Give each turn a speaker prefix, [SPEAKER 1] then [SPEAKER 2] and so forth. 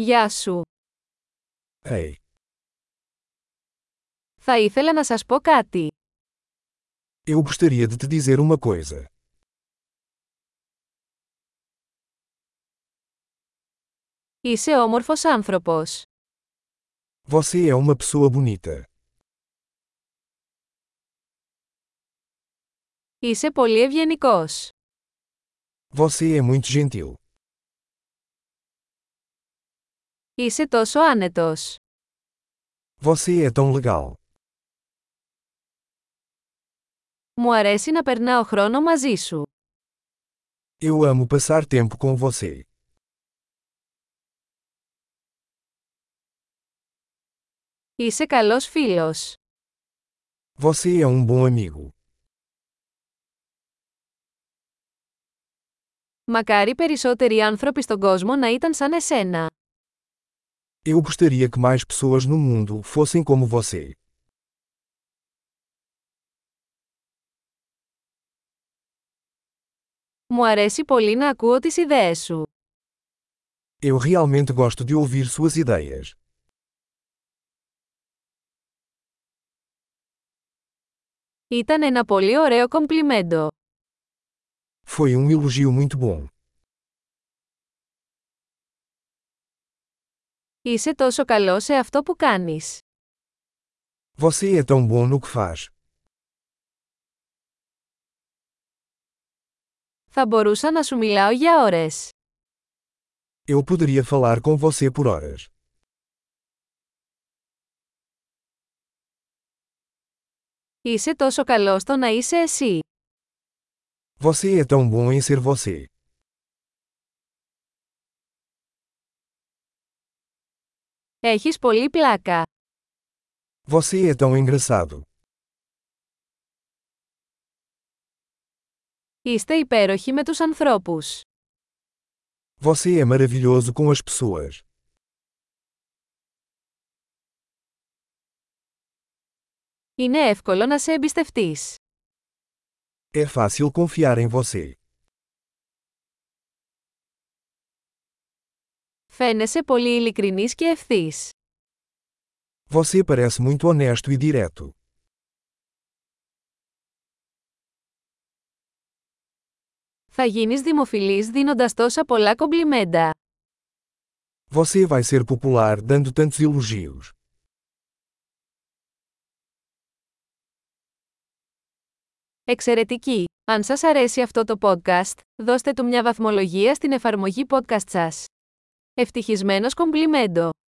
[SPEAKER 1] Γεια σου.
[SPEAKER 2] Hey,
[SPEAKER 1] Θα ήθελα να σας πω κάτι.
[SPEAKER 2] eu gostaria de te dizer uma coisa.
[SPEAKER 1] Είσαι όμορφος άνθρωπος.
[SPEAKER 2] Você é uma pessoa bonita.
[SPEAKER 1] Είσαι πολύ ευγενικός.
[SPEAKER 2] Você é muito gentil.
[SPEAKER 1] Είσαι τόσο άνετος.
[SPEAKER 2] Você é tão legal.
[SPEAKER 1] Μου αρέσει να περνάω χρόνο μαζί σου.
[SPEAKER 2] Eu amo passar tempo com você.
[SPEAKER 1] Είσαι καλός φίλος.
[SPEAKER 2] Você é um bom amigo.
[SPEAKER 1] Μακάρι περισσότεροι άνθρωποι στον κόσμο να ήταν σαν εσένα.
[SPEAKER 2] Eu gostaria que mais pessoas no mundo fossem como você.
[SPEAKER 1] Μου αρέσει πολύ να ακούω τις ιδέες σου.
[SPEAKER 2] Eu realmente gosto de ouvir suas ideias.
[SPEAKER 1] Ήταν ένα πολύ ωραίο κομπλιμέντο.
[SPEAKER 2] Foi um elogio muito bom.
[SPEAKER 1] Είσαι τόσο καλό σε αυτό που κάνεις.
[SPEAKER 2] Você é tão bom no que faz.
[SPEAKER 1] Θα μπορούσα να σου μιλάω για ώρες.
[SPEAKER 2] Eu poderia falar com você por horas.
[SPEAKER 1] Είσαι τόσο καλό στο να είσαι εσύ.
[SPEAKER 2] Você é tão bom em ser você.
[SPEAKER 1] Έχεις πολύ πλάκα.
[SPEAKER 2] Você é tão engraçado.
[SPEAKER 1] Είστε υπέροχοι με τους ανθρώπους.
[SPEAKER 2] Você é maravilhoso com as pessoas.
[SPEAKER 1] Είναι εύκολο να σε εμπιστευτείς.
[SPEAKER 2] É fácil confiar em você.
[SPEAKER 1] Φαίνεσαι πολύ ειλικρινής και ευθύς.
[SPEAKER 2] Você parece muito honesto e direto.
[SPEAKER 1] Θα γίνεις δημοφιλής δίνοντας τόσα πολλά κομπλιμέντα.
[SPEAKER 2] Você vai ser popular dando tantos elogios.
[SPEAKER 1] Εξαιρετική! Αν σας αρέσει αυτό το podcast, δώστε του μια βαθμολογία στην εφαρμογή podcast σας. Ευτυχισμένος κομπλιμέντο!